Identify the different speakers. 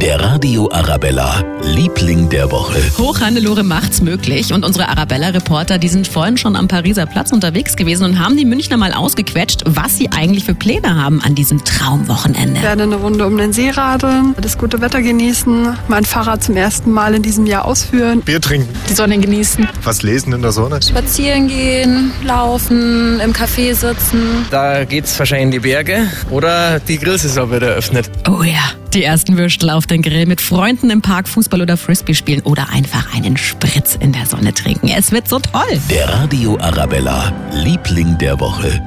Speaker 1: Der Radio Arabella, Liebling der Woche.
Speaker 2: Hoch Hannelore macht's möglich und unsere Arabella-Reporter, die sind vorhin schon am Pariser Platz unterwegs gewesen und haben die Münchner mal ausgequetscht, was sie eigentlich für Pläne haben an diesem Traumwochenende.
Speaker 3: werde eine Runde um den See radeln, das gute Wetter genießen, mein Fahrrad zum ersten Mal in diesem Jahr ausführen.
Speaker 4: Bier trinken,
Speaker 5: die Sonne genießen.
Speaker 4: was lesen in der Sonne.
Speaker 6: spazieren gehen, laufen, im Café sitzen.
Speaker 7: Da geht's wahrscheinlich in die Berge oder die Grillsaison wird eröffnet.
Speaker 2: Oh ja, die ersten Würstel auf den Grill mit Freunden im Park Fußball oder Frisbee spielen oder einfach einen Spritz in der Sonne trinken. Es wird so toll.
Speaker 1: Der Radio Arabella, Liebling der Woche.